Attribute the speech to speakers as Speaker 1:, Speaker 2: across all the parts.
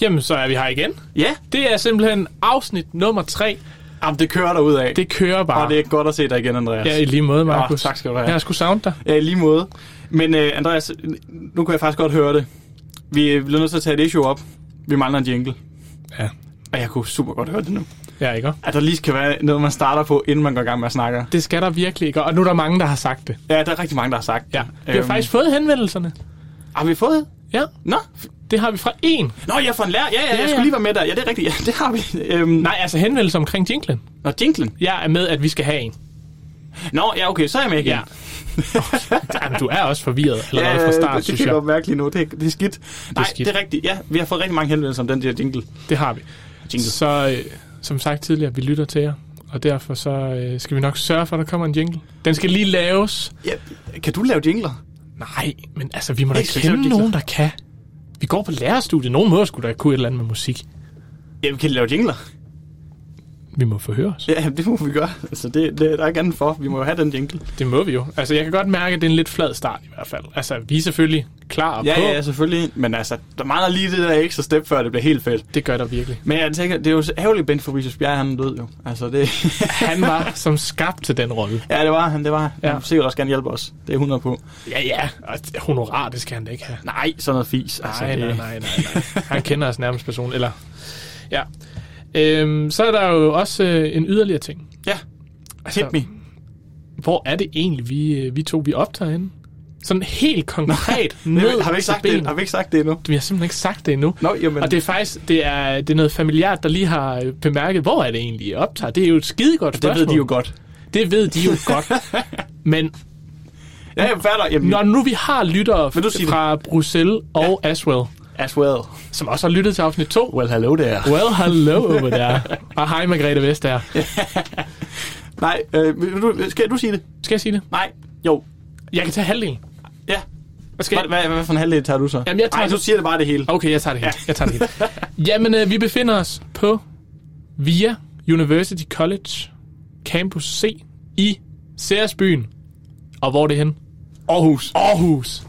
Speaker 1: Jamen, så er vi her igen.
Speaker 2: Ja,
Speaker 1: Det er simpelthen afsnit nummer tre.
Speaker 2: Jamen, det kører der ud af.
Speaker 1: Det kører bare.
Speaker 2: Og det er godt at se dig igen, Andreas.
Speaker 1: Ja, i lige måde, Markus.
Speaker 2: Åh, tak skal du have.
Speaker 1: Jeg har sgu savnet dig.
Speaker 2: Ja, i lige måde. Men uh, Andreas, nu kan jeg faktisk godt høre det. Vi øh, bliver nødt til at tage et issue op. Vi mangler en jingle.
Speaker 1: Ja.
Speaker 2: Og jeg kunne super godt høre det nu.
Speaker 1: Ja, ikke?
Speaker 2: At der lige skal være noget, man starter på, inden man går i gang med at snakke.
Speaker 1: Det skal der virkelig ikke, og nu er der mange, der har sagt det.
Speaker 2: Ja, der er rigtig mange, der har sagt det.
Speaker 1: Ja. Vi har
Speaker 2: Øhm,
Speaker 1: faktisk fået henvendelserne.
Speaker 2: Har vi fået?
Speaker 1: Ja,
Speaker 2: Nå,
Speaker 1: det har vi fra en.
Speaker 2: Nå, jeg får en lærer. Ja, ja, ja,
Speaker 1: Ja,
Speaker 2: jeg
Speaker 1: ja.
Speaker 2: skulle lige være med der. Ja, det er rigtigt. Ja, det har vi. Øhm, nej.
Speaker 1: Nej, altså henvendelse omkring jinglen.
Speaker 2: Nå, jinglen.
Speaker 1: Jeg er med, at vi skal have en.
Speaker 2: Nå, ja, okay, så er jeg med igen.
Speaker 1: Ja. Jamen, du er også forvirret allerede
Speaker 2: Ja, øh,
Speaker 1: fra start,
Speaker 2: det, det
Speaker 1: synes
Speaker 2: kan jeg
Speaker 1: jeg.
Speaker 2: godt mærke lige nu. Det, er- det er skidt. Nej,
Speaker 1: skidt.
Speaker 2: det er rigtigt. Ja, vi har fået rigtig mange henvendelser om den der jingle.
Speaker 1: Det har vi.
Speaker 2: Jingle.
Speaker 1: Så øh, som sagt tidligere, vi lytter til jer. Og derfor så øh, skal vi nok sørge for, at der kommer en jingle. Den skal lige laves.
Speaker 2: Ja, kan du lave jingler?
Speaker 1: Nej, men altså, vi må da
Speaker 2: Ikke så
Speaker 1: kende
Speaker 2: sjovt,
Speaker 1: nogen, der kan. Vi går på lærerstudiet. Nogen må skulle da kunne et eller andet med musik.
Speaker 2: Ja, vi kan lave jingler.
Speaker 1: Vi må forhøre os.
Speaker 2: Ja, det må vi gøre. Altså, det, det, der er ikke andet for. Vi må jo have den jingle.
Speaker 1: Det må vi jo. Altså, jeg kan godt mærke, at det er en lidt flad start i hvert fald. Altså, vi er selvfølgelig klar og på.
Speaker 2: Ja, ja, selvfølgelig. Men altså, der mangler lige det der ekstra step, før det bliver helt fedt.
Speaker 1: Det gør der virkelig.
Speaker 2: Men jeg tænker, det er jo så ærgerligt, Ben Fabricius Bjerre, han er død jo. Altså, det,
Speaker 1: Han var som skabt til den rolle.
Speaker 2: ja, det var han, det var han.
Speaker 1: Ja.
Speaker 2: Ja. Sikkert også gerne hjælpe os. Det er 100 på.
Speaker 1: Ja, ja. Og honorar, det skal han da ikke have.
Speaker 2: Nej, sådan noget fis. Altså,
Speaker 1: Nej,
Speaker 2: det,
Speaker 1: nej, nej, nej, nej. Han kender os nærmest person, eller... Ja. Øhm, så er der jo også øh, en yderligere ting.
Speaker 2: Ja, hit me.
Speaker 1: Hvor er det egentlig, vi, øh, vi to vi optager henne? Sådan helt konkret ned
Speaker 2: Det, har, vi ikke
Speaker 1: til
Speaker 2: sagt det,
Speaker 1: benet.
Speaker 2: har vi ikke sagt det endnu?
Speaker 1: Vi har simpelthen ikke sagt det endnu.
Speaker 2: Nå, jamen.
Speaker 1: Og det er faktisk det er, det er noget familiært, der lige har øh, bemærket, hvor er det egentlig, I optager? Det er jo et skidegodt
Speaker 2: det
Speaker 1: spørgsmål.
Speaker 2: ved de jo godt.
Speaker 1: Det ved de jo godt. Men
Speaker 2: Ja, jeg fatter. Jamen,
Speaker 1: når nu vi har lyttere
Speaker 2: Vil du sige
Speaker 1: fra Bruxelles og ja. Aswell,
Speaker 2: as well.
Speaker 1: som også har lyttet til afsnit 2,
Speaker 2: Well, hello there.
Speaker 1: Well, hello over there. Og hej, Margrethe Vestager.
Speaker 2: Nej, øh, vil du, skal du sige det?
Speaker 1: Skal jeg sige det?
Speaker 2: Nej. Jo.
Speaker 1: Jeg kan tage halvdelen.
Speaker 2: Ja.
Speaker 1: Hvad skal
Speaker 2: Hvad,
Speaker 1: jeg?
Speaker 2: hvad, hvad for en halvdel tager du så?
Speaker 1: Jamen, jeg tager-
Speaker 2: Ej, du siger det bare det hele.
Speaker 1: Okay, jeg tager det helt. Jeg tager det helt. Jamen, øh, vi befinder os på VIA University College Campus C i Særsbyen. Og hvor er det hen?
Speaker 2: Aarhus.
Speaker 1: Aarhus.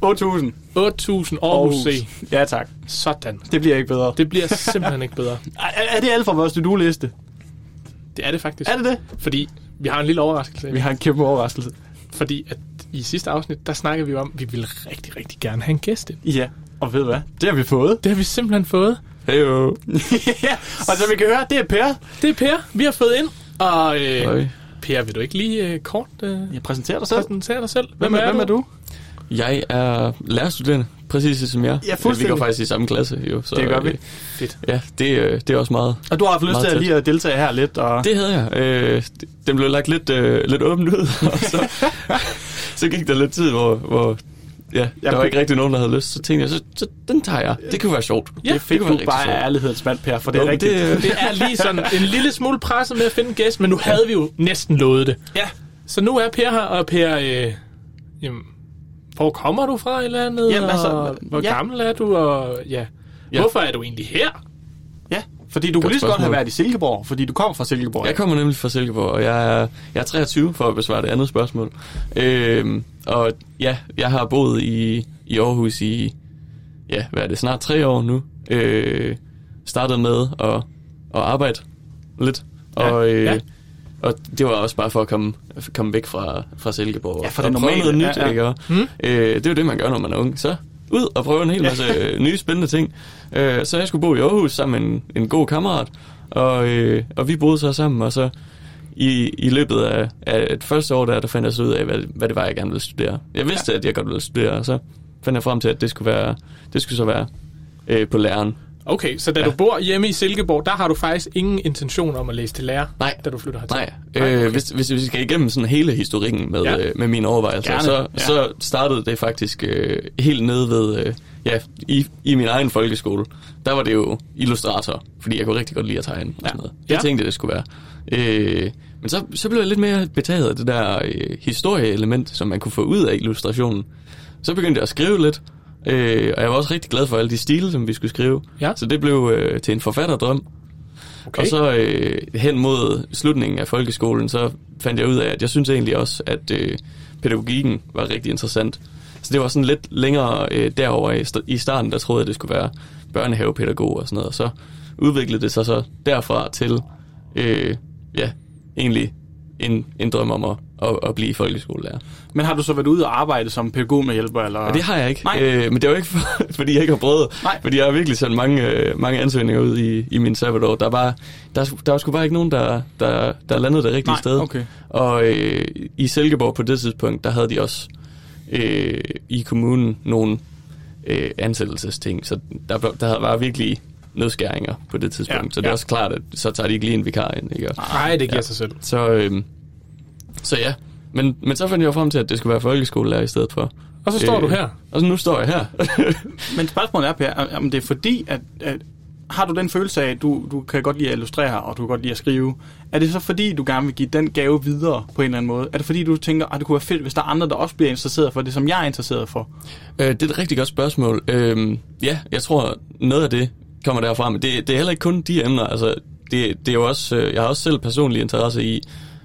Speaker 2: 8000.
Speaker 1: 8000 Aarhus, Aarhus. C.
Speaker 2: Ja, tak.
Speaker 1: Sådan.
Speaker 2: Det bliver ikke bedre.
Speaker 1: Det bliver simpelthen ikke bedre.
Speaker 2: Er, er- er det alt fra vores to liste
Speaker 1: Det er det faktisk.
Speaker 2: Er det det?
Speaker 1: Fordi vi har en lille overraskelse.
Speaker 2: Vi har en kæmpe overraskelse.
Speaker 1: Fordi at i sidste afsnit, der snakkede vi jo om, at vi ville rigtig, rigtig gerne have en gæst ind.
Speaker 2: Ja, og ved du hvad? Det har vi fået.
Speaker 1: Det har vi simpelthen fået.
Speaker 2: Hey ja, og som vi kan høre, det er Per.
Speaker 1: Det er Per, vi har fået ind. Og øh,
Speaker 3: Hej.
Speaker 1: Per, vil du ikke lige øh, kort øh,
Speaker 2: Jeg præsenterer dig selv.
Speaker 1: præsentere dig selv?
Speaker 2: Hvem er, hvem er du?
Speaker 3: Jeg er lærerstuderende, præcis som jeg.
Speaker 2: fuldstændig.
Speaker 3: Vi går faktisk i samme klasse, jo. Så,
Speaker 2: Det gør vi.
Speaker 3: øh,
Speaker 1: Fedt.
Speaker 3: Ja, det, øh, det er også meget.
Speaker 2: Og du har haft lyst
Speaker 3: Meget
Speaker 2: til at
Speaker 3: tæt.
Speaker 2: lige at deltage her lidt. Og...
Speaker 3: Det havde jeg. Øh, det- den blev lagt lidt, øh, lidt åbent ud, og så, så gik der lidt tid, hvor, hvor ja, der var
Speaker 2: kunne-
Speaker 3: ikke rigtig nogen, der havde lyst. Så tænkte jeg, så, så den tager jeg. Det kunne være sjovt.
Speaker 1: Ja,
Speaker 3: det
Speaker 2: Fik
Speaker 3: kunne
Speaker 2: du
Speaker 3: være
Speaker 2: bare
Speaker 3: rigtig
Speaker 2: af
Speaker 3: sjovt.
Speaker 2: ærlighedens mand, Per, for det
Speaker 3: Nå,
Speaker 2: er
Speaker 3: men
Speaker 2: rigtigt.
Speaker 3: det, øh,
Speaker 1: Det er lige sådan en lille smule presset med at finde en gæst, men nu havde vi jo næsten lovet det.
Speaker 2: Ja,
Speaker 1: Så nu er Per her, og Per, øh, jamen, hvor kommer du fra i landet?
Speaker 2: Jamen, altså,
Speaker 1: og hvor
Speaker 2: ja.
Speaker 1: gammel er du? Og, ja.
Speaker 3: Ja.
Speaker 1: Hvorfor er du egentlig her?
Speaker 2: ja. Fordi du kunne lige så godt
Speaker 3: spørgsmål.
Speaker 2: have været i Silkeborg, fordi du kom fra Silkeborg.
Speaker 3: Jeg kommer nemlig fra Silkeborg, og jeg er, jeg er 23 for at besvare det andet spørgsmål. Øhm, og ja, jeg har boet i, i Aarhus i, ja, hvad er det, snart tre år nu. Øh, startede med at, at arbejde lidt,
Speaker 1: Ja,
Speaker 3: og, øh,
Speaker 1: ja.
Speaker 3: og det var også bare for at komme, komme væk fra, fra Silkeborg
Speaker 2: Ja, fra
Speaker 3: og
Speaker 2: det
Speaker 3: prøve
Speaker 2: normale,
Speaker 3: noget nyt,
Speaker 2: ja, ja. Hmm?
Speaker 3: ikke? Og, mm. øh, det er jo det, man gør, når man er ung. Så ud og prøve en hel masse øh, nye spændende ting. Øh, så jeg skulle bo i Aarhus sammen med en, en god kammerat, og, øh, og vi boede så sammen, og så i, i løbet af, af et første år der, der fandt jeg så ud af, hvad, hvad det var, jeg gerne ville studere. Jeg vidste, ja. at jeg godt ville studere, og så fandt jeg frem til, at det skulle, være, det skulle så være øh, på læreren.
Speaker 1: Okay, så da ja. du bor hjemme i Silkeborg, der har du faktisk ingen intention om at læse til lærer,
Speaker 3: Nej.
Speaker 1: da du flytter hertil?
Speaker 3: Nej, øh, hvis, hvis vi skal igennem sådan hele historikken med,
Speaker 1: Ja.
Speaker 3: ja. øh, med mine overvejelser,
Speaker 2: Gerne.
Speaker 3: så,
Speaker 2: Ja.
Speaker 3: ja. så startede det faktisk øh, helt nede ved, øh, ja, i, i min egen folkeskole. Der var det jo illustrator, fordi jeg kunne rigtig godt lide at tegne og sådan noget. Det
Speaker 1: Ja.
Speaker 3: ja. tænkte jeg, det skulle være. Øh, men så, så blev jeg lidt mere betaget af det der øh, historieelement, som man kunne få ud af illustrationen. Så begyndte jeg at skrive lidt, øh, og jeg var også rigtig glad for alle de stile, som vi skulle skrive.
Speaker 1: Ja.
Speaker 3: Så det blev øh, til en forfatterdrøm.
Speaker 1: Okay.
Speaker 3: Okay. Og så øh, hen mod slutningen af folkeskolen, så fandt jeg ud af, at jeg synes egentlig også, at øh, pædagogikken var rigtig interessant. Så det var sådan lidt længere øh, derover i, st- i starten, der troede jeg, det skulle være børnehavepædagog og sådan noget, og så udviklede det sig så derfra til, øh, ja, egentlig en, en drøm om at, at, at blive folkeskolelærer.
Speaker 2: Men har du så været ude og arbejde som pædagog med hjælper? Eller?
Speaker 3: Og det har jeg ikke,
Speaker 2: Nej.
Speaker 3: øh, men det er jo ikke, for, fordi jeg ikke har prøvet,
Speaker 2: Nej.
Speaker 3: fordi jeg har virkelig sendt mange, øh, mange ansøgninger ud i, i min sabbatår. Der var, der, der var sgu bare ikke nogen, der, der, der landede det rigtige
Speaker 2: Nej,
Speaker 3: sted.
Speaker 2: okay.
Speaker 3: Og øh, i Silkeborg på det tidspunkt, der havde de også øh, i kommunen nogle øh, ansættelsesting, så der, blev- der var virkelig nedskæringer på det tidspunkt.
Speaker 2: Ja,
Speaker 3: Ja, så det er
Speaker 2: ja.
Speaker 3: ja. også klart, at så tager de ikke lige en vikar ind. Ikke? Og-
Speaker 1: Nej, det giver ja. sig selv.
Speaker 3: Så, øh, så ja, men, men så fandt jeg jo frem til, at det skulle være folkeskolelærer i stedet for. Øh,
Speaker 1: Og så står du her.
Speaker 3: Og så nu står jeg her.
Speaker 2: Men spørgsmålet er, Per, om det er fordi, at, at har du den følelse af, at du, du kan godt lide at illustrere, og du kan godt lide at skrive, er det så fordi, du gerne vil give den gave videre på en eller anden måde? Er det fordi, du tænker, at det kunne være fedt, hvis der er andre, der også bliver interesseret for det, som jeg er interesseret for?
Speaker 3: Øh, det er et rigtig godt spørgsmål. Øh, ja, jeg tror, noget af det kommer derfra, men det, det er heller ikke kun de emner. Altså, det, det er jo også, øh, jeg har også selv personlig interesse i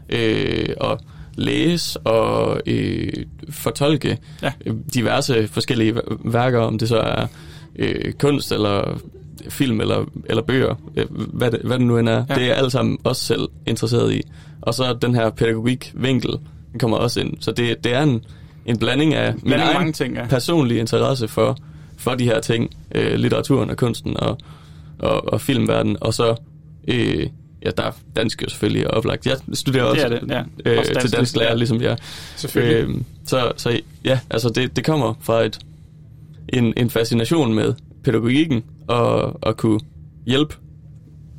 Speaker 3: øh, at læse og øh, fortolke
Speaker 2: Ja.
Speaker 3: ja. diverse forskellige væ- værker, om det så er øh, kunst eller film eller, eller bøger, øh, hvad, det, hvad det nu end er.
Speaker 2: Ja.
Speaker 3: Ja. Det er jeg alle sammen også selv interesseret i. Og så den her pædagogik-vinkel den kommer også ind. Så det, det er en, en blanding af min
Speaker 2: Blanding af
Speaker 3: egen
Speaker 2: mange ting, ja.
Speaker 3: personlige interesse for, for de her ting, øh, litteraturen og kunsten og, og, og filmverdenen, og så, øh, ja, der er dansk jo selvfølgelig er oplagt. Jeg studerer
Speaker 2: Det er
Speaker 3: også,
Speaker 2: det, ja.
Speaker 3: øh,
Speaker 2: Også dansk,
Speaker 3: til dansk
Speaker 2: ja.
Speaker 3: lærer, ligesom jeg.
Speaker 1: Selvfølgelig.
Speaker 3: Øh, så, så ja, altså det, det kommer fra et, en, en fascination med pædagogikken og at kunne hjælpe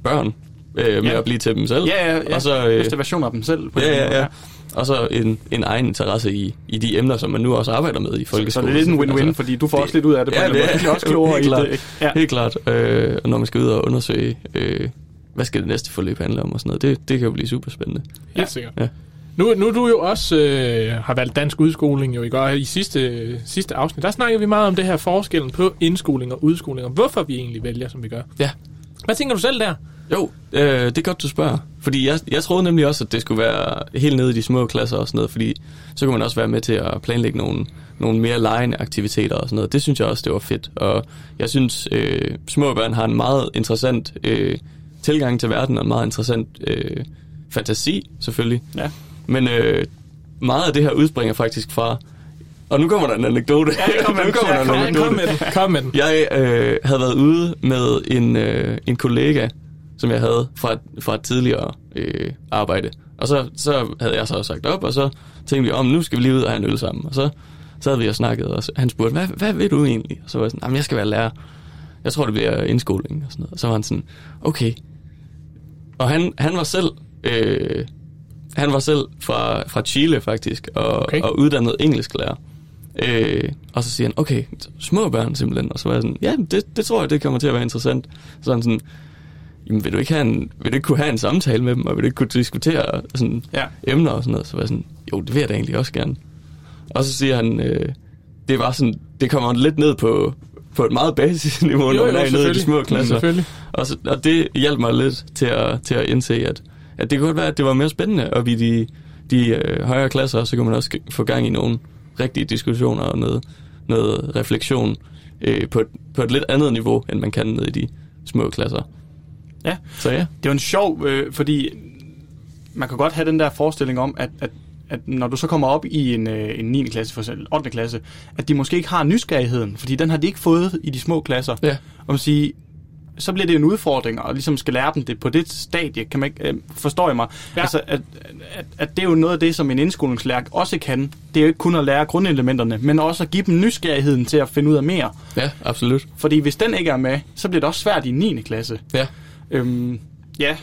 Speaker 3: børn øh, med
Speaker 2: Ja.
Speaker 3: at blive til dem selv.
Speaker 2: Ja, ja, ja.
Speaker 3: Og så, øh,
Speaker 2: Bedste version af dem selv. På en
Speaker 3: ja,
Speaker 2: eller anden
Speaker 3: ja, ja.
Speaker 2: måde,
Speaker 3: Og så en, en egen interesse i, i de emner, som man nu også arbejder med i
Speaker 2: Så, så
Speaker 3: folkeskolen. Altså,
Speaker 2: det er lidt en win-win, fordi du får også lidt ud af det. på en eller anden måde. Du bliver også klogere i
Speaker 3: helt klart,
Speaker 2: det. ikke? Ja.
Speaker 3: Helt klart. Øh, og når man skal ud og undersøge, øh, hvad skal det næste forløb handle om og sådan noget, det, det kan jo blive super spændende.
Speaker 1: Helt sikkert.
Speaker 3: Ja.
Speaker 1: Nu, nu du jo også øh, har valgt dansk udskoling jo i går, i sidste, sidste afsnit, der snakkede vi meget om det her forskellen på indskoling og udskoling, og hvorfor vi egentlig vælger, som vi gør.
Speaker 3: Ja.
Speaker 1: Hvad tænker du selv der?
Speaker 3: Jo, øh, det er godt, du spørger. Fordi jeg, jeg troede nemlig også, at det skulle være helt nede i de små klasser og sådan noget, fordi så kunne man også være med til at planlægge nogle, nogle mere legende aktiviteter og sådan noget. Det synes jeg også, det var fedt. Og jeg synes, øh, små børn har en meget interessant øh, tilgang til verden og en meget interessant øh, fantasi, selvfølgelig.
Speaker 2: Ja.
Speaker 3: Men øh, meget af det her udspringer faktisk fra... Og nu kommer der en anekdote.
Speaker 2: Ja, kom med
Speaker 3: nu
Speaker 2: den.
Speaker 3: kommer
Speaker 2: Ja,
Speaker 3: der en
Speaker 2: kom med
Speaker 1: Ja, kom
Speaker 2: den.
Speaker 3: anekdote.
Speaker 1: med den. Kom med den.
Speaker 3: Jeg øh, havde været ude med en, øh, en kollega, som jeg havde fra, fra et tidligere øh, arbejde. Og så, så havde jeg så sagt op, og så tænkte vi, om nu skal vi lige ud og have en øl sammen. Og så sad vi og snakkede, og så, han spurgte, hvad, hvad vil du egentlig? Og så var jeg sådan, "Jamen, jeg skal være lærer. Jeg tror, det bliver indskoling og sådan noget. Og så var han sådan, okay. Og han, han var selv... Øh, han var selv fra, fra Chile faktisk, og,
Speaker 1: Okay.
Speaker 3: okay. og uddannet engelsklærer. Øh, og så siger han, okay, små børn simpelthen. Og så var jeg sådan, ja, det, det tror jeg, det kommer til at være interessant. Så er han sådan, jamen vil du, ikke have en, vil du ikke kunne have en samtale med dem, og vil du ikke kunne diskutere sådan,
Speaker 2: Ja.
Speaker 3: ja. emner og sådan noget? Så var jeg sådan, jo, det vil jeg da egentlig også gerne. Og så siger han, øh, det var sådan, det kommer lidt ned på, på et meget basisniveau, når man er nede i de små klasser.
Speaker 1: Selvfølgelig.
Speaker 3: Og, så, og det hjalp mig lidt til at, til at indse, at, at det kunne godt være, at det var mere spændende op i de, de øh, højere klasser, og så kunne man også få gang i nogle rigtige diskussioner og noget, noget refleksion øh, på, et, på et lidt andet niveau, end man kan nede i de små klasser.
Speaker 2: ja.
Speaker 3: Så ja.
Speaker 2: Det er jo en sjov, øh, fordi man kan godt have den der forestilling om, at, at, at når du så kommer op i en, øh, en 9. klasse, for eksempel 8. klasse, at de måske ikke har nysgerrigheden, fordi den har de ikke fået i de små klasser.
Speaker 3: Ja.
Speaker 2: Og man sige, så bliver det en udfordring, og ligesom skal lære dem det på det stadie, kan man ikke, øh, forstår jeg mig?
Speaker 1: Ja.
Speaker 2: Altså, at, at, at det er jo noget af det, som en indskolingslærer også kan. Det er jo ikke kun at lære grundelementerne, men også at give dem nysgerrigheden til at finde ud af mere.
Speaker 3: Ja, absolut.
Speaker 2: Fordi hvis den ikke er med, så bliver det også svært i 9. klasse.
Speaker 3: Ja.
Speaker 2: Øhm, ja,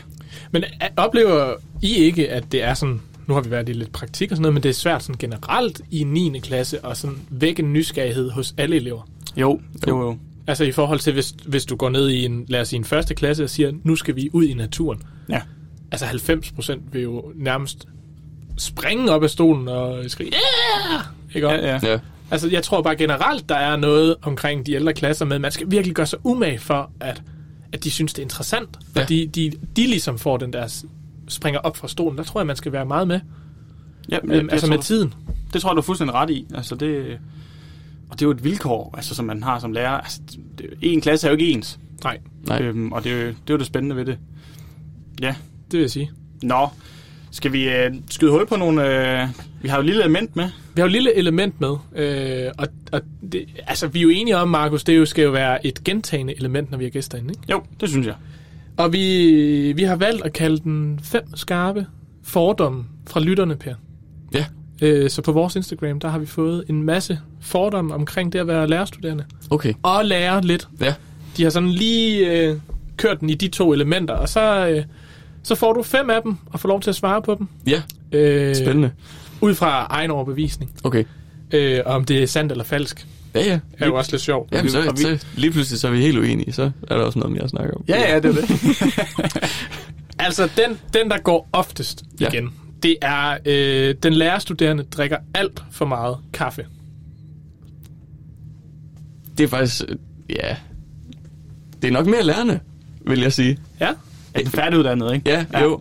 Speaker 1: Men a- oplever I ikke, at det er sådan, nu har vi været i lidt praktik og sådan noget, men det er svært sådan generelt i 9. klasse at sådan vække en nysgerrighed hos alle elever?
Speaker 2: jo, jo, jo.
Speaker 1: Altså i forhold til, hvis, hvis du går ned i en, lad os sige, en første klasse og siger, nu skal vi ud i naturen.
Speaker 2: Ja.
Speaker 1: Altså 90 procent vil jo nærmest springe op af stolen og skrige, yeah! Ikke ja,
Speaker 2: Ja,
Speaker 1: ja.
Speaker 2: ja.
Speaker 3: Ja.
Speaker 1: Altså jeg tror bare generelt, der er noget omkring de ældre klasser med, at man skal virkelig gøre sig umage for, at, at de synes, det er interessant. Ja.
Speaker 3: Ja.
Speaker 1: Og de, de, de ligesom får den der s- springer op fra stolen. Der tror jeg, man skal være meget med.
Speaker 2: ja
Speaker 1: Øhm, altså
Speaker 2: tror
Speaker 1: med
Speaker 2: du-
Speaker 1: tiden.
Speaker 2: Det tror jeg, du er fuldstændig ret i. Altså, det, Og det er jo et vilkår, altså, som man har som lærer. Altså, det- en klasse er jo ikke ens.
Speaker 1: Nej,
Speaker 3: Nej.
Speaker 2: Øhm, og det er, jo, det er jo det spændende ved det. Ja.
Speaker 1: det vil jeg sige.
Speaker 2: Nå. Skal vi øh, skyde hul på nogle... Øh, vi har jo et lille element med.
Speaker 1: Vi har jo et lille element med, øh, og, og det, altså, vi er jo enige om, Markus, det jo skal jo være et gentagende element, når vi har gæster inde, ikke?
Speaker 2: Jo, det synes jeg.
Speaker 1: Og vi, vi har valgt at kalde den fem skarpe fordomme fra lytterne, Per.
Speaker 3: Ja.
Speaker 1: Øh, så på vores Instagram, der har vi fået en masse fordomme omkring det at være lærerstuderende.
Speaker 3: Okay.
Speaker 1: Og lære lidt.
Speaker 3: Ja.
Speaker 1: De har sådan lige øh, kørt den i de to elementer, og så, øh, så får du fem af dem og får lov til at svare på dem.
Speaker 3: Ja,
Speaker 1: Øh,
Speaker 3: spændende.
Speaker 1: Ud fra egen overbevisning.
Speaker 3: Okay.
Speaker 1: Øh, og om det er sandt eller falsk,
Speaker 3: Ja, ja.
Speaker 1: er jo også lidt sjovt.
Speaker 3: Jamen, så,
Speaker 2: Og vi-
Speaker 3: så, lige pludselig så er vi helt uenige, så er der også noget mere at snakke om.
Speaker 2: Ja, ja, det er det.
Speaker 1: Altså, den, den der går oftest ja.
Speaker 3: Ja.
Speaker 1: igen, det er, øh, den lærerstuderende drikker alt for meget kaffe.
Speaker 3: Det er faktisk, øh, ja, det er nok mere lærende, vil jeg sige.
Speaker 1: Ja?
Speaker 2: Er den færdiguddannet, ikke?
Speaker 3: Ja, ja. jo.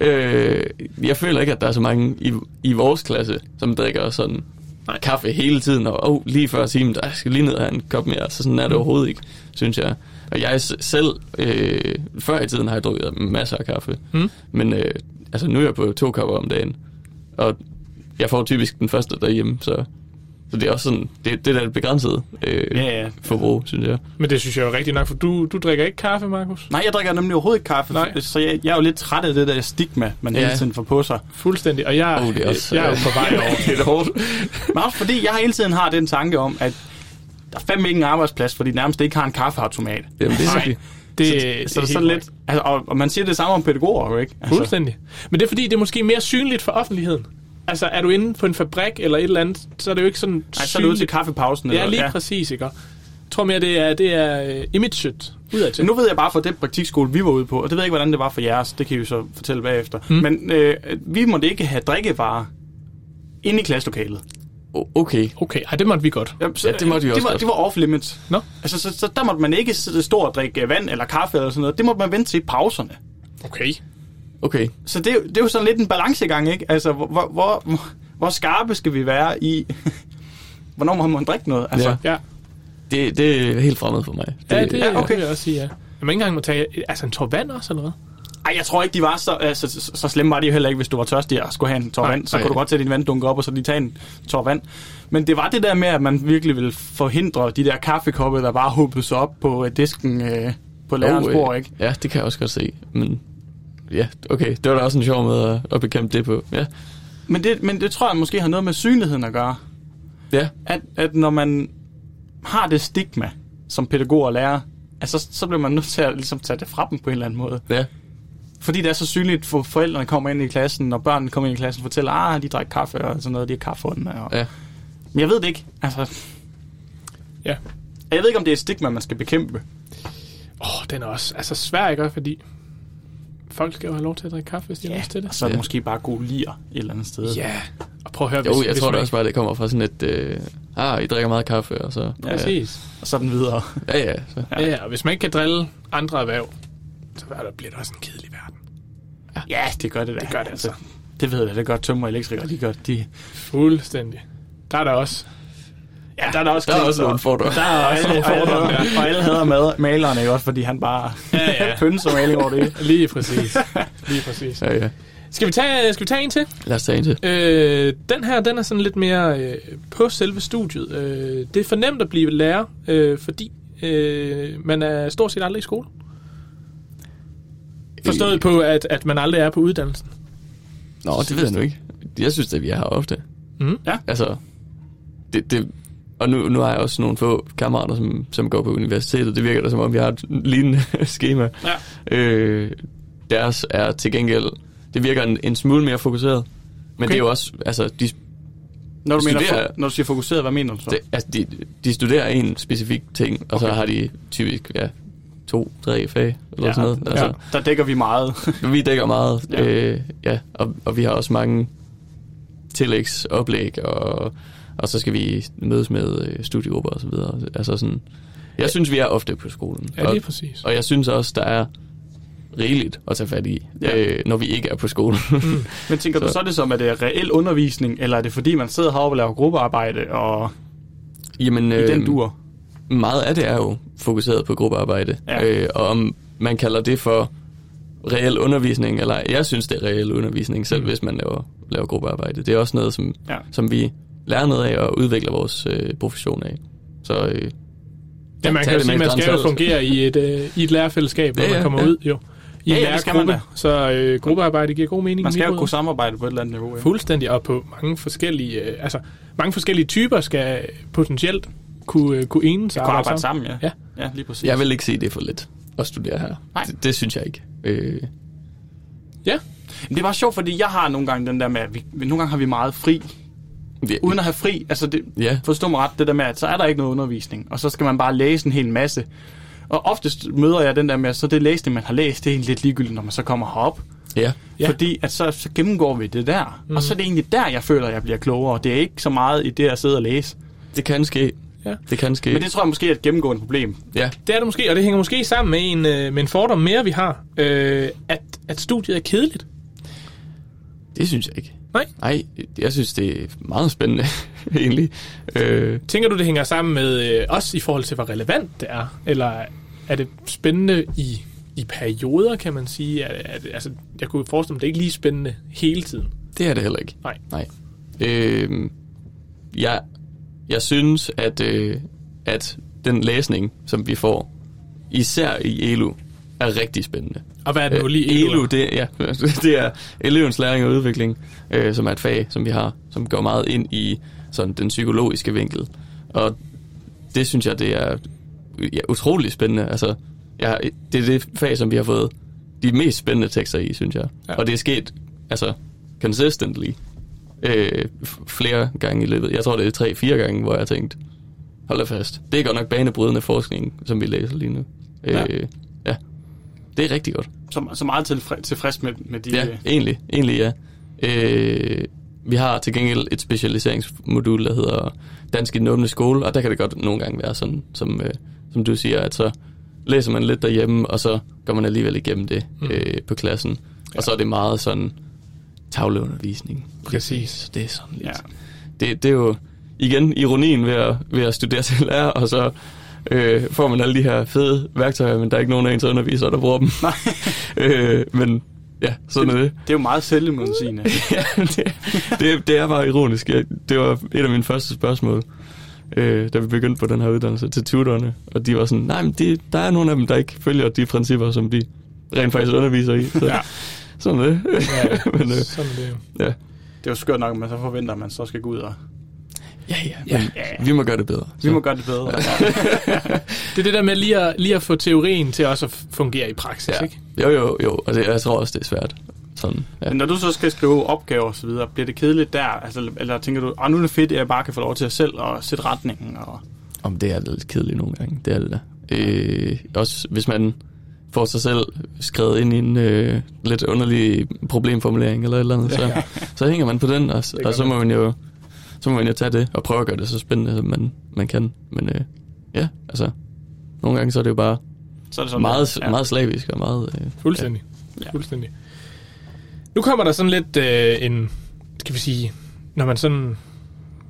Speaker 3: Øh, jeg føler ikke, at der er så mange i, i vores klasse, som drikker sådan Nej. kaffe hele tiden, og oh, lige før timen, der skal lige ned og have en kop mere, så sådan er det overhovedet ikke, synes jeg. Og jeg s- selv, øh, før i tiden har jeg drukket masser af kaffe,
Speaker 1: Mm.
Speaker 3: men øh, altså nu er jeg på to kopper om dagen, og jeg får typisk den første derhjemme, så, så det er også sådan, det, det der er det begrænsede øh,
Speaker 2: Ja, ja.
Speaker 3: forbrug, synes jeg.
Speaker 1: Men det synes jeg jo er rigtigt nok, for du, du drikker ikke kaffe, Markus.
Speaker 2: Nej, jeg drikker nemlig overhovedet ikke kaffe,
Speaker 1: Nej.
Speaker 2: Nej. så jeg, jeg er jo lidt træt af det der stigma, man ja.
Speaker 3: Ja.
Speaker 2: hele tiden får på sig.
Speaker 1: Fuldstændig. Og jeg, øh,
Speaker 3: Oh, det er også-
Speaker 1: jeg er jo
Speaker 2: øh,
Speaker 1: på vej over.
Speaker 3: det er hårdt.
Speaker 2: Men også fordi jeg hele tiden har den tanke om, at der er fandme ikke en arbejdsplads, fordi de nærmest ikke har en kaffeautomat.
Speaker 3: Jamen, det er
Speaker 1: Nej.
Speaker 3: rigtigt.
Speaker 1: Det,
Speaker 2: Så,
Speaker 1: det er
Speaker 2: så, så
Speaker 1: helt
Speaker 2: sådan
Speaker 1: korrekt.
Speaker 2: lidt, altså, og, og man siger det samme om pædagoger, jo ikke? Altså,
Speaker 1: Fuldstændig. Men det er fordi, det er måske mere synligt for offentligheden. Altså, er du inde på en fabrik eller et eller andet, så er det jo ikke sådan
Speaker 2: nej, så er det ud til kaffepausen.
Speaker 1: Ja, lige ja. præcis, ikke? Og Jeg tror mere, det er, det er øh, imaget udad
Speaker 2: Men
Speaker 1: til.
Speaker 2: nu ved jeg bare fra den praktikskole, vi var ude på, og det ved jeg ikke, hvordan det var for jeres, det kan I jo så fortælle bagefter. Mm. Men øh, vi måtte ikke have drikkevarer inde i klasselokalet.
Speaker 3: O- Okay.
Speaker 1: Okay, ej, det måtte vi godt.
Speaker 2: Jamen, så,
Speaker 3: Ja, det måtte vi
Speaker 2: det
Speaker 3: også
Speaker 2: var,
Speaker 3: godt.
Speaker 2: Det var off-limits.
Speaker 1: Nå.
Speaker 2: Altså, så, så der måtte man ikke sidde- stå og drikke øh, vand eller kaffe eller sådan noget. Det måtte man vente til i pauserne.
Speaker 1: Okay.
Speaker 3: Okay.
Speaker 2: Så det, er jo- det er jo sådan lidt en balancegang, ikke? Altså, hvor, hvor, hvor, hvor skarpe skal vi være i, hvornår må man drikke noget? Altså,
Speaker 3: Ja.
Speaker 1: Ja,
Speaker 3: Det, det er helt fremmed for mig.
Speaker 1: ja det, ja,
Speaker 2: ja,
Speaker 1: okay.
Speaker 2: okay.
Speaker 1: det vil jeg også sige, ja. Jeg må ikke engang må tage... Altså, en tår vand også, eller hvad?
Speaker 2: Ej, jeg tror ikke, de var så, altså, så, så slemme var de jo heller ikke, hvis du var tørstig og skulle have en tår
Speaker 1: Nej,
Speaker 2: vand. Så
Speaker 3: nej.
Speaker 2: kunne du godt tage din vanddunke op, og så lige tage en tår vand. Men det var det der med, at man virkelig ville forhindre de der kaffekoppe, der bare hobede sig op på øh, disken øh, på lærerens
Speaker 3: Og,
Speaker 2: bord, ikke?
Speaker 3: øh, Ja, det kan jeg også godt se. Men ja, okay. Det var da også en sjov måde at, at bekæmpe det på. Ja,
Speaker 2: Men det, men det tror jeg måske har noget med synligheden at gøre.
Speaker 3: ja.
Speaker 2: At, at når man har det stigma som pædagog og lærer, altså, så- så bliver man nødt til at ligesom, tage det fra dem på en eller anden måde.
Speaker 3: ja.
Speaker 2: Fordi det er så synligt, for forældrene kommer ind i klassen, og børnene kommer ind i klassen og fortæller, ah, de drikker kaffe og sådan noget, de har kaffeånden. Og...
Speaker 3: Ja.
Speaker 2: Men jeg ved det ikke. Altså,
Speaker 1: Ja.
Speaker 2: Jeg ved ikke, om det er et stigma, man skal bekæmpe.
Speaker 1: Åh, oh, den er også altså svær, ikke? Fordi folk skal jo have lov til at drikke kaffe, hvis de har lyst til
Speaker 2: Og
Speaker 1: det.
Speaker 2: så er det
Speaker 3: Ja.
Speaker 2: måske bare gode lier et eller andet sted.
Speaker 1: Ja. Og prøv at høre,
Speaker 3: Jo,
Speaker 1: hvis,
Speaker 3: jeg
Speaker 1: hvis
Speaker 3: tror da
Speaker 1: man
Speaker 3: også bare, det kommer fra sådan et... Øh, ah, I drikker meget kaffe, og så...
Speaker 1: Ja. Præcis.
Speaker 2: Og så den videre.
Speaker 3: Ja, ja. Så.
Speaker 1: Ja. ja, og hvis man ikke kan drille andre erhverv, så er der, bliver det også en kedelig verden.
Speaker 2: Ja, det gør det da. Det
Speaker 1: gør det altså.
Speaker 2: Det ved jeg, det gør tømmer og elektrikere, de gør de...
Speaker 1: Fuldstændig. Der er der også.
Speaker 2: Ja, der er da også,
Speaker 3: Der er
Speaker 2: klinker.
Speaker 3: også nogle fordomme.
Speaker 2: Der er også nogle fordomme, ja. Og alle hader mad, maleren, ikke også? Fordi han bare
Speaker 1: Ja,
Speaker 2: ja,
Speaker 1: ja.
Speaker 2: ja. pønser maling over det. hele.
Speaker 1: Lige præcis. Lige præcis.
Speaker 3: Ja, ja.
Speaker 1: Skal vi tage, skal vi tage en til?
Speaker 3: Lad os tage en til.
Speaker 1: Øh, den her, den er sådan lidt mere øh, på selve studiet. Øh, det er for nemt at blive lærer, øh, fordi øh, man er stort set aldrig i skole. Forstået på, at, at man aldrig er på uddannelsen.
Speaker 3: Nå, det ved jeg nu ikke. Jeg synes, at vi er her ofte.
Speaker 1: Mhm.
Speaker 2: Ja.
Speaker 3: Altså, det, det, og nu, nu har jeg også nogle få kammerater, som, som går på universitetet. Det virker da, som om vi har et lignende schema.
Speaker 2: Ja.
Speaker 3: Øh, deres er til gengæld... Det virker en, en smule mere fokuseret. Men okay. det er jo også... Altså, de,
Speaker 2: Når du, mener,
Speaker 3: Studerer-
Speaker 2: fo- når du siger fokuseret, hvad mener du så?
Speaker 3: det, altså de, de studerer en specifik ting, og så
Speaker 2: Okay.
Speaker 3: har de typisk ja, to, tre fag, eller ja, sådan noget. Altså,
Speaker 2: ja. Der dækker vi meget.
Speaker 3: ja. Vi dækker meget,
Speaker 2: Ja.
Speaker 3: ja. Øh, ja, og, og vi har også mange tillægsoplæg, og, og så skal vi mødes med øh, studiegrupper og så videre. Altså sådan, jeg synes, vi er ofte på skolen.
Speaker 1: Ja,
Speaker 3: og,
Speaker 1: lige præcis.
Speaker 3: og jeg synes også, der er rigeligt at tage fat i,
Speaker 2: Ja.
Speaker 3: ja. øh, når vi ikke er på skolen.
Speaker 2: Men tænker så. du
Speaker 3: Så-
Speaker 2: så det som, at det er reel undervisning, eller er det fordi, man sidder heroppe og laver gruppearbejde, og
Speaker 3: Jamen, øhm,
Speaker 2: I den dur.
Speaker 3: meget af det er jo fokuseret på gruppearbejde.
Speaker 2: Ja.
Speaker 3: Øh, og om man kalder det for reel undervisning, eller jeg synes, det er reel undervisning, selv mm. hvis man laver, laver gruppearbejde. Det er også noget, som,
Speaker 2: Ja.
Speaker 3: ja. som vi lærer noget af og udvikler vores øh, profession af. Så øh,
Speaker 1: Ja, man
Speaker 3: tag
Speaker 1: kan jo
Speaker 3: det med
Speaker 1: sige,
Speaker 3: et
Speaker 1: man
Speaker 3: gran
Speaker 1: skal jo
Speaker 3: salt.
Speaker 1: fungere i et, øh, i et lærerfællesskab, når
Speaker 3: Ja,
Speaker 1: man
Speaker 3: ja,
Speaker 1: kommer
Speaker 3: ja.
Speaker 1: ud, jo. I en
Speaker 2: Ja, ja, det skal man
Speaker 1: lærergruppe, så øh, gruppearbejde giver god mening. i
Speaker 2: Man skal
Speaker 1: mit
Speaker 2: jo
Speaker 1: hoved.
Speaker 2: kunne samarbejde på et eller andet niveau. Ja.
Speaker 1: Fuldstændig, og på mange forskellige, øh, altså, mange forskellige typer skal potentielt kunne, øh, kunne enes og
Speaker 2: Kunne arbejde sammen, ja.
Speaker 1: Ja.
Speaker 2: ja lige præcis.
Speaker 3: jeg vil ikke sige, det er for let at studere her.
Speaker 2: Nej.
Speaker 3: Det, det synes jeg ikke. Øh,
Speaker 1: Ja,
Speaker 2: Men det var sjovt, fordi jeg har nogle gange den der med, at vi, nogle gange har vi meget fri.
Speaker 3: vi,
Speaker 2: Uden at have fri, altså det,
Speaker 3: Ja.
Speaker 2: forstå mig ret, det der med, at så er der ikke noget undervisning, og så skal man bare læse en hel masse. Og oftest møder jeg den der med, at så det læsning, man har læst, det er egentlig lidt ligegyldigt, når man så kommer herop.
Speaker 3: ja.
Speaker 1: Ja.
Speaker 2: Ja. Fordi at så, så gennemgår vi det der. Mm. Og så er det egentlig der, jeg føler, jeg bliver klogere. og Det er ikke så meget i det at sidde og læse.
Speaker 3: Det kan ske.
Speaker 1: Ja.
Speaker 3: Det kan ske.
Speaker 2: Men det tror jeg måske er et gennemgående problem.
Speaker 3: ja.
Speaker 1: det er det måske, og det hænger måske sammen med en, øh, med en fordom mere, vi har, øh, at, at studiet er kedeligt.
Speaker 3: det synes jeg ikke.
Speaker 1: Nej,
Speaker 3: Nej, jeg synes, det er meget spændende, egentlig. Øh,
Speaker 1: tænker du, det hænger sammen med øh, os i forhold til, hvor relevant det er? Eller er det spændende i, i perioder, kan man sige? Er, er det, altså, jeg kunne forestille mig, det er ikke lige spændende hele tiden.
Speaker 3: det er det heller ikke.
Speaker 1: Nej.
Speaker 3: Nej. Øh, jeg, jeg synes, at, øh, at den læsning, som vi får, især i ELU, er rigtig spændende.
Speaker 1: Og hvad er det nu lige?
Speaker 3: Øh, ELU,
Speaker 1: Elo?
Speaker 3: det, ja, det er elevens læring og udvikling, øh, som er et fag, som vi har, som går meget ind i sådan, den psykologiske vinkel. Og det synes jeg, det er ja, utrolig spændende. Altså, jeg, det er det fag, som vi har fået de mest spændende tekster i, synes jeg.
Speaker 1: Ja.
Speaker 3: Ja. Og det er sket altså, consistently øh, f- flere gange i løbet. Jeg tror, det er tre-fire gange, hvor jeg har tænkt, hold da fast. Det er godt nok banebrydende forskning, som vi læser lige nu.
Speaker 2: Ja.
Speaker 3: Øh, ja. Det er rigtig godt.
Speaker 2: Så, så meget tilfreds, tilfreds med, med de...
Speaker 3: Ja,
Speaker 2: øh,
Speaker 3: egentlig. Egentlig, ja. Øh, vi har til gengæld et specialiseringsmodul, der hedder Dansk i den åbne skole, og der kan det godt nogle gange være sådan, som, øh, som du siger, at så læser man lidt derhjemme, og så går man alligevel igennem det
Speaker 2: Mm.
Speaker 3: øh, på klassen. Ja. Og så er det meget sådan tavleundervisning.
Speaker 1: Præcis.
Speaker 3: Det er sådan lidt...
Speaker 2: Ja.
Speaker 3: Ja. Det, det er jo igen ironien ved at, ved at studere til lærer, og så øh, får man alle de her fede værktøjer, men der er ikke nogen af ens undervisere, der bruger dem.
Speaker 2: Nej.
Speaker 3: øh, men ja, sådan er det.
Speaker 2: Det er jo meget selvmodsigende.
Speaker 3: Ja, det, det, det er bare ironisk. Jeg, det var et af mine første spørgsmål, øh, da vi begyndte på den her uddannelse, til tutorerne. Og de var sådan, nej, men de, der er nogle af dem, der ikke følger de principper, som de rent faktisk underviser i. Så,
Speaker 2: Ja.
Speaker 3: ja. Sådan er det.
Speaker 1: Ja,
Speaker 3: men, øh,
Speaker 1: sådan er det jo.
Speaker 3: ja.
Speaker 2: Det er jo skørt nok, at man så forventer, at man så skal gå ud og...
Speaker 3: Ja, ja, men ja. Vi må gøre det bedre.
Speaker 2: Vi må gøre det bedre.
Speaker 1: Det er det der med lige at, lige at få teorien til også at fungere i praksis, ja.
Speaker 3: ja.
Speaker 1: ikke?
Speaker 3: Jo, jo, jo. Og det, jeg tror også, det er svært. Sådan, ja.
Speaker 2: Men når du så skal skrive opgaver og så videre, bliver det kedeligt der? Altså, eller tænker du, at nu er det fedt, at jeg bare kan få lov til at selv og sætte retningen? Og...
Speaker 3: Om det er lidt kedeligt nogle gange, det er det da. Øh, også hvis man får sig selv skrevet ind i en øh, lidt underlig problemformulering eller et eller andet, så, ja. så hænger man på den, og, og så må man jo så må man jo tage det og prøve at gøre det så spændende, som man, man kan. Men øh, ja, altså, nogle gange så er det jo bare
Speaker 2: Så er det sådan
Speaker 3: meget,
Speaker 2: ja.
Speaker 3: meget slavisk og meget... Øh,
Speaker 1: Fuldstændig. Ja.
Speaker 2: Ja.
Speaker 1: Fuldstændig. Nu kommer der sådan lidt øh, en, skal vi sige, når man sådan...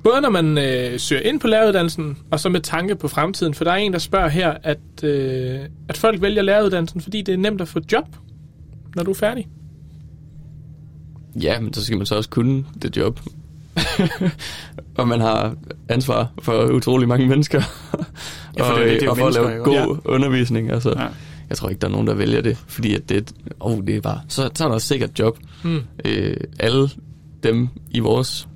Speaker 1: Både når man øh, søger ind på læreruddannelsen, og så med tanke på fremtiden. For der er en, der spørger her, at, øh, at folk vælger læreruddannelsen, fordi det er nemt at få job, når du er færdig.
Speaker 3: Ja, men så skal man så også kunne det job. og man har ansvar for utrolig mange mennesker.
Speaker 2: Ja, for det er det, det er jo
Speaker 3: og for at lave
Speaker 2: mennesker, ikke?
Speaker 3: god ja. undervisning. Altså,
Speaker 2: Ja.
Speaker 3: ja. Jeg tror ikke, der er nogen, der vælger det, fordi at det, oh, det er bare... Så, så er der også sikkert job.
Speaker 2: Hmm.
Speaker 1: Mm.
Speaker 3: Øh, alle dem i vores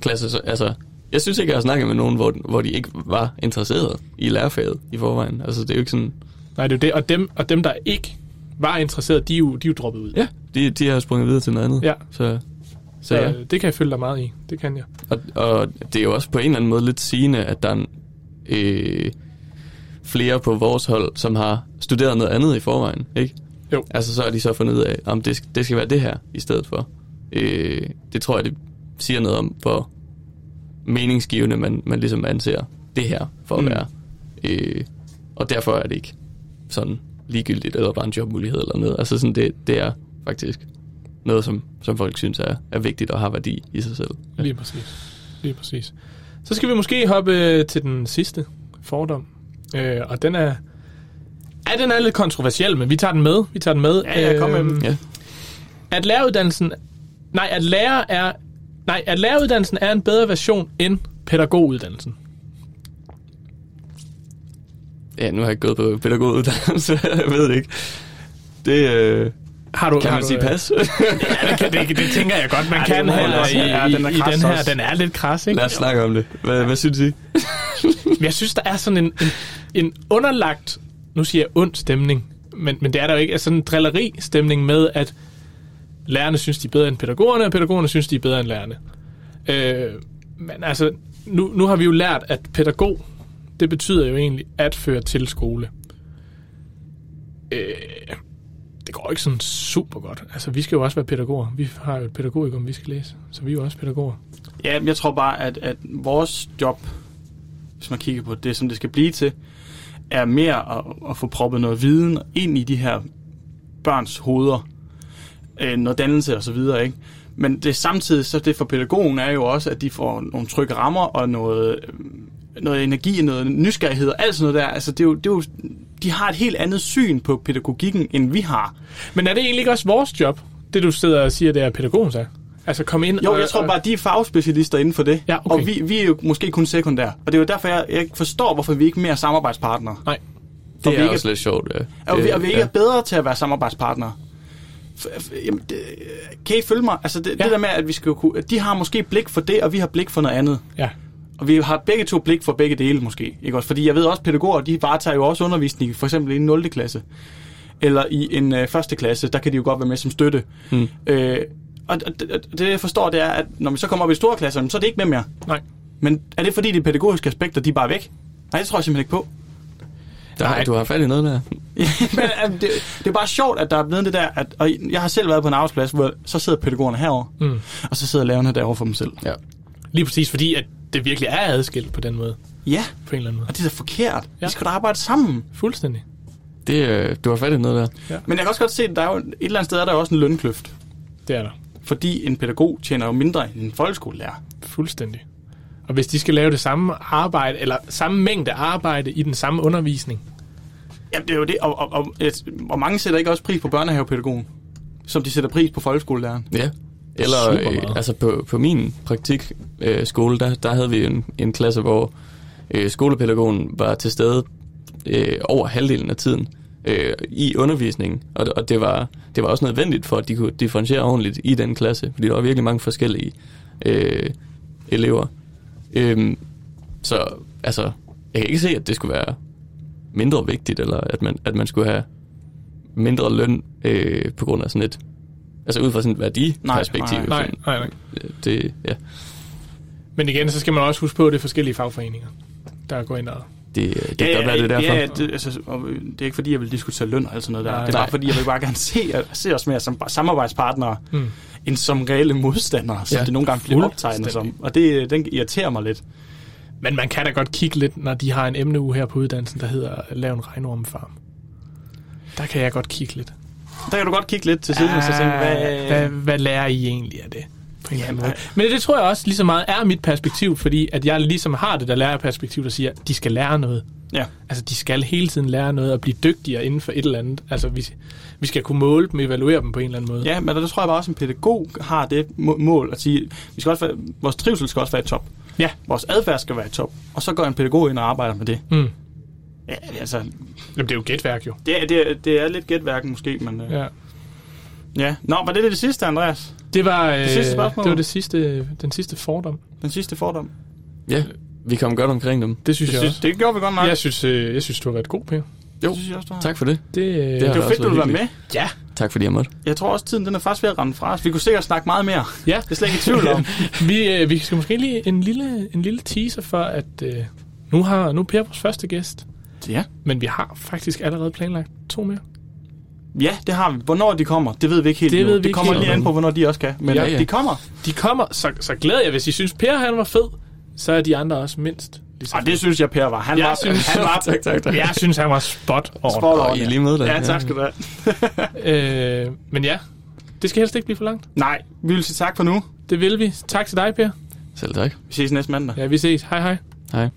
Speaker 3: klasse, så, altså... Jeg synes ikke, jeg har snakket med nogen, hvor, hvor de ikke var interesserede i lærerfaget i forvejen. Altså, det er jo ikke sådan...
Speaker 1: Nej, det er jo det. Og dem, og dem der ikke var interesseret, de er jo, de er jo droppet ud.
Speaker 3: Ja, de, de har sprunget videre til noget andet.
Speaker 1: Ja.
Speaker 3: Så, så,
Speaker 1: Så
Speaker 3: ja.
Speaker 1: øh, det kan jeg følge dig meget i. Det kan jeg.
Speaker 3: Og, og det er jo også på en eller anden måde lidt sigende, at der er øh, flere på vores hold, som har studeret noget andet i forvejen, ikke?
Speaker 1: Jo.
Speaker 3: Altså så har de så fundet ud af, om det, sk- det skal være det her i stedet for. Øh, det tror jeg, det siger noget om, hvor meningsgivende man, man ligesom anser det her for at
Speaker 2: Mm.
Speaker 3: mm. være. Øh, og derfor er det ikke sådan ligegyldigt, eller bare en jobmulighed eller noget. Altså sådan, det, det er faktisk noget, som, som folk synes er, er vigtigt og har værdi i sig selv.
Speaker 1: Lige præcis. Lige præcis. Så skal vi måske hoppe øh, til den sidste fordom. Øh, og den er... Ja, den er lidt kontroversiel, men vi tager den med. Vi tager den med. Øhm,
Speaker 2: Ja, ja, kom med den.
Speaker 3: Ja.
Speaker 1: At læreruddannelsen... Nej, at lærer er... Nej, at læreruddannelsen er en bedre version end pædagoguddannelsen.
Speaker 3: ja, nu har jeg ikke gået på pædagoguddannelse, jeg ved det ikke. Det øh,
Speaker 1: Har du,
Speaker 3: kan
Speaker 1: har
Speaker 3: man
Speaker 1: du,
Speaker 3: sige
Speaker 1: øh,
Speaker 3: pas.
Speaker 1: Ja, det, kan, det, det, tænker jeg godt, man
Speaker 2: Ja,
Speaker 1: kan
Speaker 2: det må man
Speaker 1: her
Speaker 2: også. Ja,
Speaker 1: i,
Speaker 2: den er
Speaker 1: i, i
Speaker 2: kras
Speaker 1: den her.
Speaker 2: også.
Speaker 1: Den er lidt kras, ikke?
Speaker 3: Lad os snakke om det. Hvad, hvad synes I?
Speaker 1: Men jeg synes, der er sådan en, en, en underlagt, nu siger jeg ond stemning, men, men det er der jo ikke, altså sådan en drilleri-stemning med, at lærerne synes, de er bedre end pædagogerne, og pædagogerne synes, de er bedre end lærerne. Øh, men altså, nu, nu har vi jo lært, at pædagog, det betyder jo egentlig at føre til skole. Øh, det går ikke sådan super godt. Altså, vi skal jo også være pædagoger. Vi har jo et pædagogikum, vi skal læse, så vi er jo også pædagoger.
Speaker 2: Ja, men jeg tror bare, at, at vores job, hvis man kigger på det, som det skal blive til, er mere at, at få proppet noget viden ind i de her børns hoveder. Øh, noget dannelse og så videre, ikke? Men det samtidig, så det for pædagogen er jo også, at de får nogle trygge rammer og noget, øh, noget energi, noget nysgerrighed og alt sådan noget der. Altså, det er jo, det er jo, de har et helt andet syn på pædagogikken, end vi har.
Speaker 1: Men er det egentlig ikke også vores job, det du sidder og siger, det er pædagogens er? Altså komme ind
Speaker 2: Jo,
Speaker 1: og,
Speaker 2: jeg tror
Speaker 1: og,
Speaker 2: bare, de er fagspecialister inden for det.
Speaker 1: Ja, okay.
Speaker 2: Og vi, vi er jo måske kun sekundære. Og det er jo derfor, jeg, jeg ikke forstår, hvorfor vi ikke er mere samarbejdspartnere.
Speaker 1: Nej.
Speaker 2: Og
Speaker 3: Det
Speaker 2: vi
Speaker 3: er
Speaker 2: ikke-
Speaker 3: også lidt sjovt, ja.
Speaker 2: Og vi,
Speaker 3: Det-
Speaker 2: og vi ikke er bedre til at være samarbejdspartnere. F- f- jamen, det, kan I følge mig? Altså det,
Speaker 1: Ja.
Speaker 2: det der med, at vi skal kunne, at de har måske blik for det, og vi har blik for noget andet.
Speaker 1: Ja.
Speaker 2: Og vi har begge to blik for begge dele måske. Ikke også? Fordi jeg ved også, at pædagoger de varetager jo også undervisning, i for eksempel i en 0. klasse. Eller i en øh, første klasse, der kan de jo godt være med som støtte. Mm. Øh, og og det, og det jeg forstår, det er, at når vi så kommer op i store klasser, jamen, så er det ikke med mere.
Speaker 1: Nej.
Speaker 2: Men er det fordi, de pædagogiske aspekter, de er bare væk? Nej, det tror jeg simpelthen ikke på.
Speaker 3: Der,
Speaker 1: Nej.
Speaker 3: du har fat i noget der.
Speaker 2: Men altså, det, det er bare sjovt, at der er blevet det der, at, og jeg har selv været på en arbejdsplads, hvor så sidder pædagogerne herovre, mm. og så sidder lærerne derovre for dem selv.
Speaker 3: Ja.
Speaker 1: Lige præcis fordi, at det virkelig er adskilt på den måde.
Speaker 2: Ja,
Speaker 1: På en eller anden måde.
Speaker 2: og det er da forkert. Ja.
Speaker 1: Ja.
Speaker 2: Vi skal da arbejde sammen.
Speaker 1: Fuldstændig.
Speaker 3: Det, øh, du har fat i noget der.
Speaker 2: Men jeg kan også godt se, at der er jo, et eller andet sted er der jo også en lønkløft.
Speaker 1: Det er der.
Speaker 2: Fordi en pædagog tjener jo mindre end en folkeskolelærer.
Speaker 1: Fuldstændig. Og hvis de skal lave det samme arbejde, eller samme mængde arbejde i den samme undervisning.
Speaker 2: Jamen, det er jo det. Og, og, og, et, og mange sætter ikke også pris på børnehavepædagogen, som de sætter pris på folkeskolelæreren.
Speaker 3: Ja. Eller
Speaker 1: Super
Speaker 3: øh,
Speaker 1: meget.
Speaker 3: altså på, på min praktikskole, øh, skole, der, der havde vi en, en klasse, hvor øh, skolepædagogen var til stede øh, over halvdelen af tiden øh, i undervisningen. Og, og det, var, det var også nødvendigt for, at de kunne differentiere ordentligt i den klasse, fordi der var virkelig mange forskellige øh, elever. Øhm, så altså, jeg kan ikke se, at det skulle være mindre vigtigt, eller at man, at man skulle have mindre løn øh, på grund af sådan et, altså ud fra sådan et værdiperspektiv.
Speaker 2: Nej,
Speaker 1: Nej, nej, nej.
Speaker 3: Sådan, øh, Det, ja,
Speaker 1: Men igen, så skal man også huske på, at det er forskellige fagforeninger, der går ind og...
Speaker 3: det, det kan godt være, det er derfor.
Speaker 2: Ja, ja det, altså, og øh, det er ikke fordi, jeg vil diskutere løn og alt sådan noget der.
Speaker 1: Nej.
Speaker 2: det er bare
Speaker 3: Nej.
Speaker 2: fordi, jeg vil bare gerne se, øh, se os mere som bare samarbejdspartnere,
Speaker 1: Mm.
Speaker 2: mm. end som reelle modstandere, som
Speaker 3: Ja,
Speaker 2: det nogle gange bliver optegnet som. Og det, øh, den irriterer mig lidt.
Speaker 1: Men man kan da godt kigge lidt, når de har en emneuge her på uddannelsen, der hedder Lav en regnormefarm. Der kan jeg godt kigge lidt.
Speaker 2: Der kan du godt kigge lidt til siden, og så tænke,
Speaker 1: Ah,
Speaker 2: hvad... øh,
Speaker 1: hvad, hvad lærer I egentlig af det? På en eller anden
Speaker 2: Jamen,
Speaker 1: måde. Men det tror jeg også lige så meget er mit perspektiv, fordi at jeg ligesom har det der lærerperspektiv, der siger, at de skal lære noget.
Speaker 2: Ja.
Speaker 1: Altså, de skal hele tiden lære noget og blive dygtigere inden for et eller andet. Altså, vi, vi skal kunne måle dem, evaluere dem på en eller anden måde.
Speaker 2: ja, men der tror jeg bare også, at en pædagog har det må- mål at sige, vi skal også være, vores trivsel skal også være i top.
Speaker 1: ja.
Speaker 2: Vores adfærd skal være i top. Og så går en pædagog ind og arbejder med det.
Speaker 1: Mm.
Speaker 2: Ja, altså,
Speaker 1: Jamen, det er jo gætværk jo.
Speaker 2: det er, det er, det er lidt gætværken måske, men... øh,
Speaker 1: Ja.
Speaker 2: ja. Nå, var det det sidste, Andreas?
Speaker 1: Det var, det,
Speaker 2: sidste
Speaker 1: det
Speaker 2: spørgsmål.
Speaker 1: var det sidste, den sidste fordom.
Speaker 2: Den sidste fordom?
Speaker 3: Ja, vi kom godt omkring dem.
Speaker 1: Det synes
Speaker 2: Det,
Speaker 1: jeg
Speaker 2: synes,
Speaker 1: også.
Speaker 2: det gjorde vi godt nok.
Speaker 1: Jeg synes, øh, jeg synes, du har været god, Per.
Speaker 3: Jo,
Speaker 2: Det synes jeg også, du har.
Speaker 3: tak for det.
Speaker 1: Det,
Speaker 3: Det
Speaker 1: det
Speaker 3: har-
Speaker 2: Det var
Speaker 3: også
Speaker 2: fedt, du
Speaker 3: været
Speaker 2: var med.
Speaker 1: ja.
Speaker 3: Tak fordi jeg måtte.
Speaker 2: Jeg tror også, tiden den er faktisk ved at rende fra os. Vi kunne sikkert snakke meget mere. Det
Speaker 1: ja.
Speaker 2: er slet ikke i tvivl om.
Speaker 1: vi, øh, vi skal måske lige en lille, en lille teaser for, at øh, nu, har, nu er Per vores første gæst,
Speaker 2: ja.
Speaker 1: men vi har faktisk allerede planlagt to mere.
Speaker 2: ja, det har vi. Hvornår de kommer, det ved vi ikke helt
Speaker 1: Det
Speaker 2: endnu.
Speaker 1: ved vi
Speaker 2: det
Speaker 1: ikke
Speaker 2: kommer
Speaker 1: helt
Speaker 2: lige an
Speaker 3: endnu.
Speaker 2: på, hvornår de også kan. Men
Speaker 3: Ja,
Speaker 2: ja,
Speaker 3: ja.
Speaker 2: ja. de kommer.
Speaker 1: De kommer, så, så glæder jeg, hvis I synes, Per han var fed, så er de andre også mindst. Ligesom.
Speaker 2: Og det synes jeg, Per var. Han
Speaker 1: Jeg
Speaker 2: var,
Speaker 1: synes-
Speaker 2: han var
Speaker 3: tak, tak, tak.
Speaker 1: jeg synes, han var spot on.
Speaker 2: spot
Speaker 3: Og
Speaker 2: on.
Speaker 3: I lige med dig.
Speaker 2: Ja, tak skal du have.
Speaker 1: Øh, men ja, det skal helst ikke blive for langt.
Speaker 2: Nej, vi vil sige tak for nu.
Speaker 1: Det vil vi. Tak til dig, Per.
Speaker 3: Selv tak.
Speaker 2: Vi ses næste mandag.
Speaker 1: Ja, vi ses. Hej hej.
Speaker 3: Hej.